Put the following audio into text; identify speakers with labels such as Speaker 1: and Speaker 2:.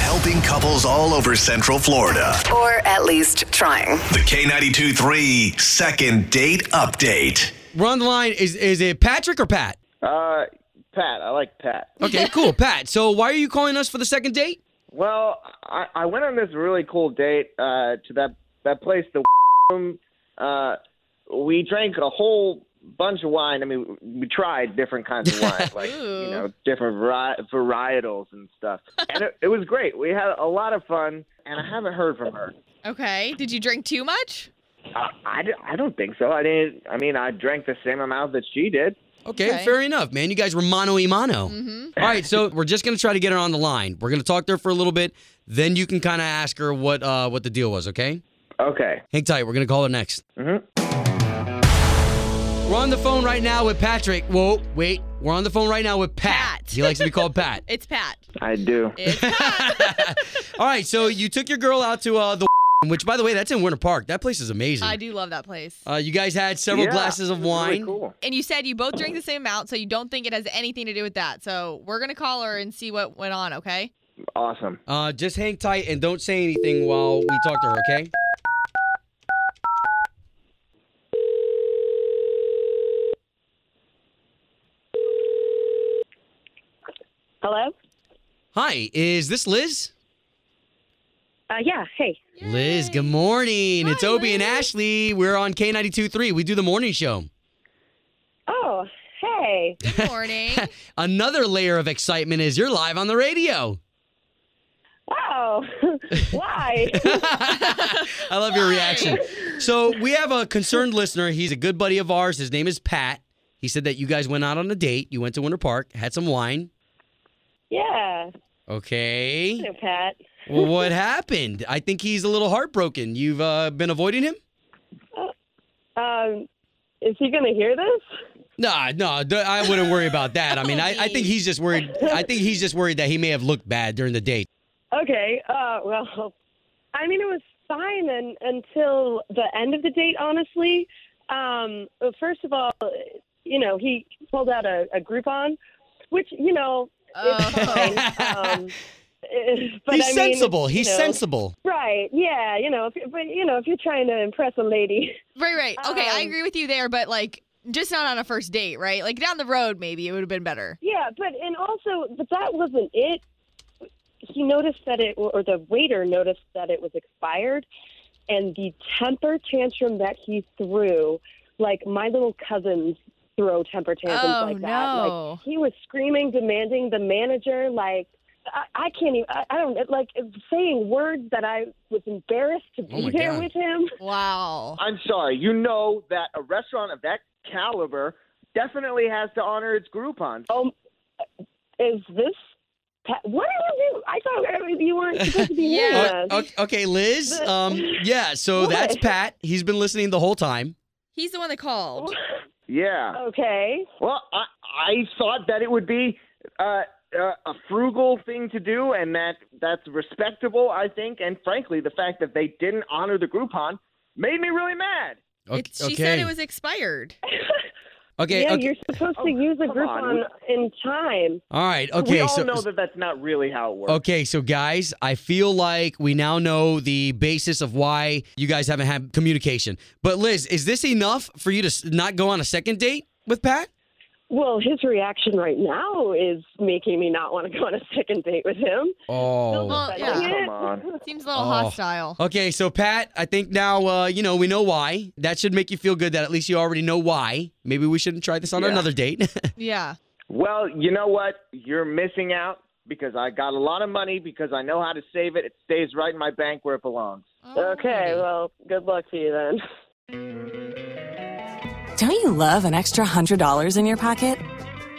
Speaker 1: Helping couples all over Central Florida.
Speaker 2: Or at least trying.
Speaker 1: The K92 3 second date update.
Speaker 3: Run the line is is it Patrick or Pat?
Speaker 4: Uh, Pat, I like Pat.
Speaker 3: Okay, cool, Pat. So why are you calling us for the second date?
Speaker 4: Well, I, I went on this really cool date uh, to that that place, the room. Uh, we drank a whole bunch of wine. I mean, we tried different kinds of wine, like you know, different vari- varietals and stuff. And it, it was great. We had a lot of fun, and I haven't heard from her.
Speaker 5: Okay. Did you drink too much?
Speaker 4: Uh, I, di- I don't think so. I didn't. I mean, I drank the same amount that she did.
Speaker 3: Okay, Mm-hmm.
Speaker 5: Okay.
Speaker 3: fair enough, man. You guys were mano y mano. All right, so we're just gonna try to get her on the line. We're gonna talk to her for a little bit, then you can kind of ask her what uh what the deal was. Okay,
Speaker 4: Okay.
Speaker 3: hang tight. We're gonna call her next.
Speaker 4: Mm-hmm.
Speaker 3: We're on the phone right now with Patrick. Whoa, wait. We're on the phone right now with Pat.
Speaker 5: Pat.
Speaker 3: He likes to be called Pat.
Speaker 5: It's Pat.
Speaker 4: I do.
Speaker 5: It's Pat.
Speaker 3: All right, so you took your girl out to uh the which by the way, that's in Winter Park. That place is amazing.
Speaker 5: I do love that place.
Speaker 3: Uh, you guys had several
Speaker 4: Yeah,
Speaker 3: glasses of
Speaker 4: it was really
Speaker 3: wine.
Speaker 4: cool.
Speaker 5: And you said you both drink the same amount, so you don't think it has anything to do with that. So we're gonna call her and see what went on. Okay.
Speaker 4: Awesome.
Speaker 3: Uh, just hang tight and don't say anything while we talk to her, okay?
Speaker 6: Hello?
Speaker 3: Hi, is this Liz?
Speaker 6: Uh, yeah, hey.
Speaker 3: Liz, good morning. it's Obie and Ashley. We're on K92.3. We do the morning show.
Speaker 6: Oh, hey.
Speaker 5: Good morning.
Speaker 3: Another layer of excitement is you're live on the radio.
Speaker 6: Wow. Why?
Speaker 3: I love your reaction. So we have a concerned listener. He's a good buddy of ours. His name is Pat. He said that you guys went out on a date. You went to Winter Park, had some wine.
Speaker 6: yeah.
Speaker 3: Okay.
Speaker 6: Hey, Pat.
Speaker 3: Well, what happened? I think he's a little heartbroken. You've uh, been avoiding him?
Speaker 6: Um, is he going to hear this?
Speaker 3: Nah, no, th- I wouldn't worry about that. I mean, I, I think he's just worried. I think he's just worried that he may have looked bad during the date.
Speaker 6: Okay. Uh, well, I mean, it was fine un until the end of the date, honestly. Um, well, first of all, you know, he pulled out a, a Groupon, which, you know,
Speaker 5: Oh.
Speaker 6: it's fine. Um, but
Speaker 3: he's
Speaker 6: I mean,
Speaker 3: sensible.
Speaker 6: you
Speaker 3: he's
Speaker 6: know.
Speaker 3: sensible.
Speaker 6: Right. Yeah. You know, if, you- but, you know, if you're trying to impress a lady.
Speaker 5: right. Right. Okay. I
Speaker 6: Um,
Speaker 5: agree with you there, but like, just not on a first date, right? Like down the road, maybe it would have been better.
Speaker 6: Yeah, but and also, but that wasn't it. He noticed that it, or the waiter noticed that it was expired, and the temper tantrum that he threw, like my little cousins throw temper tantrums
Speaker 5: Oh,
Speaker 6: like that.
Speaker 5: no.
Speaker 6: Like he was screaming, demanding the manager, like. I, I can't even. I, I don't like saying words that I was embarrassed to
Speaker 3: Oh,
Speaker 6: be
Speaker 3: my
Speaker 6: there
Speaker 3: God.
Speaker 6: with him.
Speaker 5: Wow.
Speaker 4: I'm sorry. You know that a restaurant of that caliber definitely has to honor its Groupon.
Speaker 6: Um, is this? pa- What did you do? I thought uh, you weren't supposed to be hearing
Speaker 5: Yeah.
Speaker 6: yeah.
Speaker 3: O- Okay, okay, Liz.
Speaker 6: The-
Speaker 3: Um, yeah. So
Speaker 6: What?
Speaker 3: that's Pat. He's been listening the whole time.
Speaker 5: He's the one that called.
Speaker 4: Yeah.
Speaker 6: Okay.
Speaker 4: Well, I I thought that it would be uh, uh, a frugal thing to do, and that that's respectable, I think. And frankly, the fact that they didn't honor the Groupon made me really mad.
Speaker 3: O-
Speaker 5: It- she said it was expired.
Speaker 3: Okay.
Speaker 6: yeah,
Speaker 3: okay.
Speaker 6: you're supposed
Speaker 4: Oh,
Speaker 6: to use a
Speaker 4: come on.
Speaker 6: Groupon in time.
Speaker 3: All right. Okay.
Speaker 4: we all
Speaker 3: so,
Speaker 4: know that that's not really how it works.
Speaker 3: Okay, so guys, I feel like we now know the basis of why you guys haven't had communication. But Liz, is this enough for you to s- not go on a second date with Pat?
Speaker 6: Well, his reaction right now is making me not want to go on a second date with him.
Speaker 3: Oh.
Speaker 5: Well,
Speaker 6: But
Speaker 5: yeah.
Speaker 4: Come on.
Speaker 5: Seems a little
Speaker 3: Oh.
Speaker 5: hostile.
Speaker 3: Okay, so Pat, I think now uh, you know we know why. That should make you feel good that at least you already know why. Maybe we shouldn't try this on
Speaker 4: Yeah.
Speaker 3: another date.
Speaker 5: Yeah.
Speaker 4: Well, you know what? You're missing out because I got a lot of money because I know how to save it. It stays right in my bank where it belongs.
Speaker 5: Oh.
Speaker 6: Okay, well, good luck to you then.
Speaker 7: Don't you love an extra $100 in your pocket?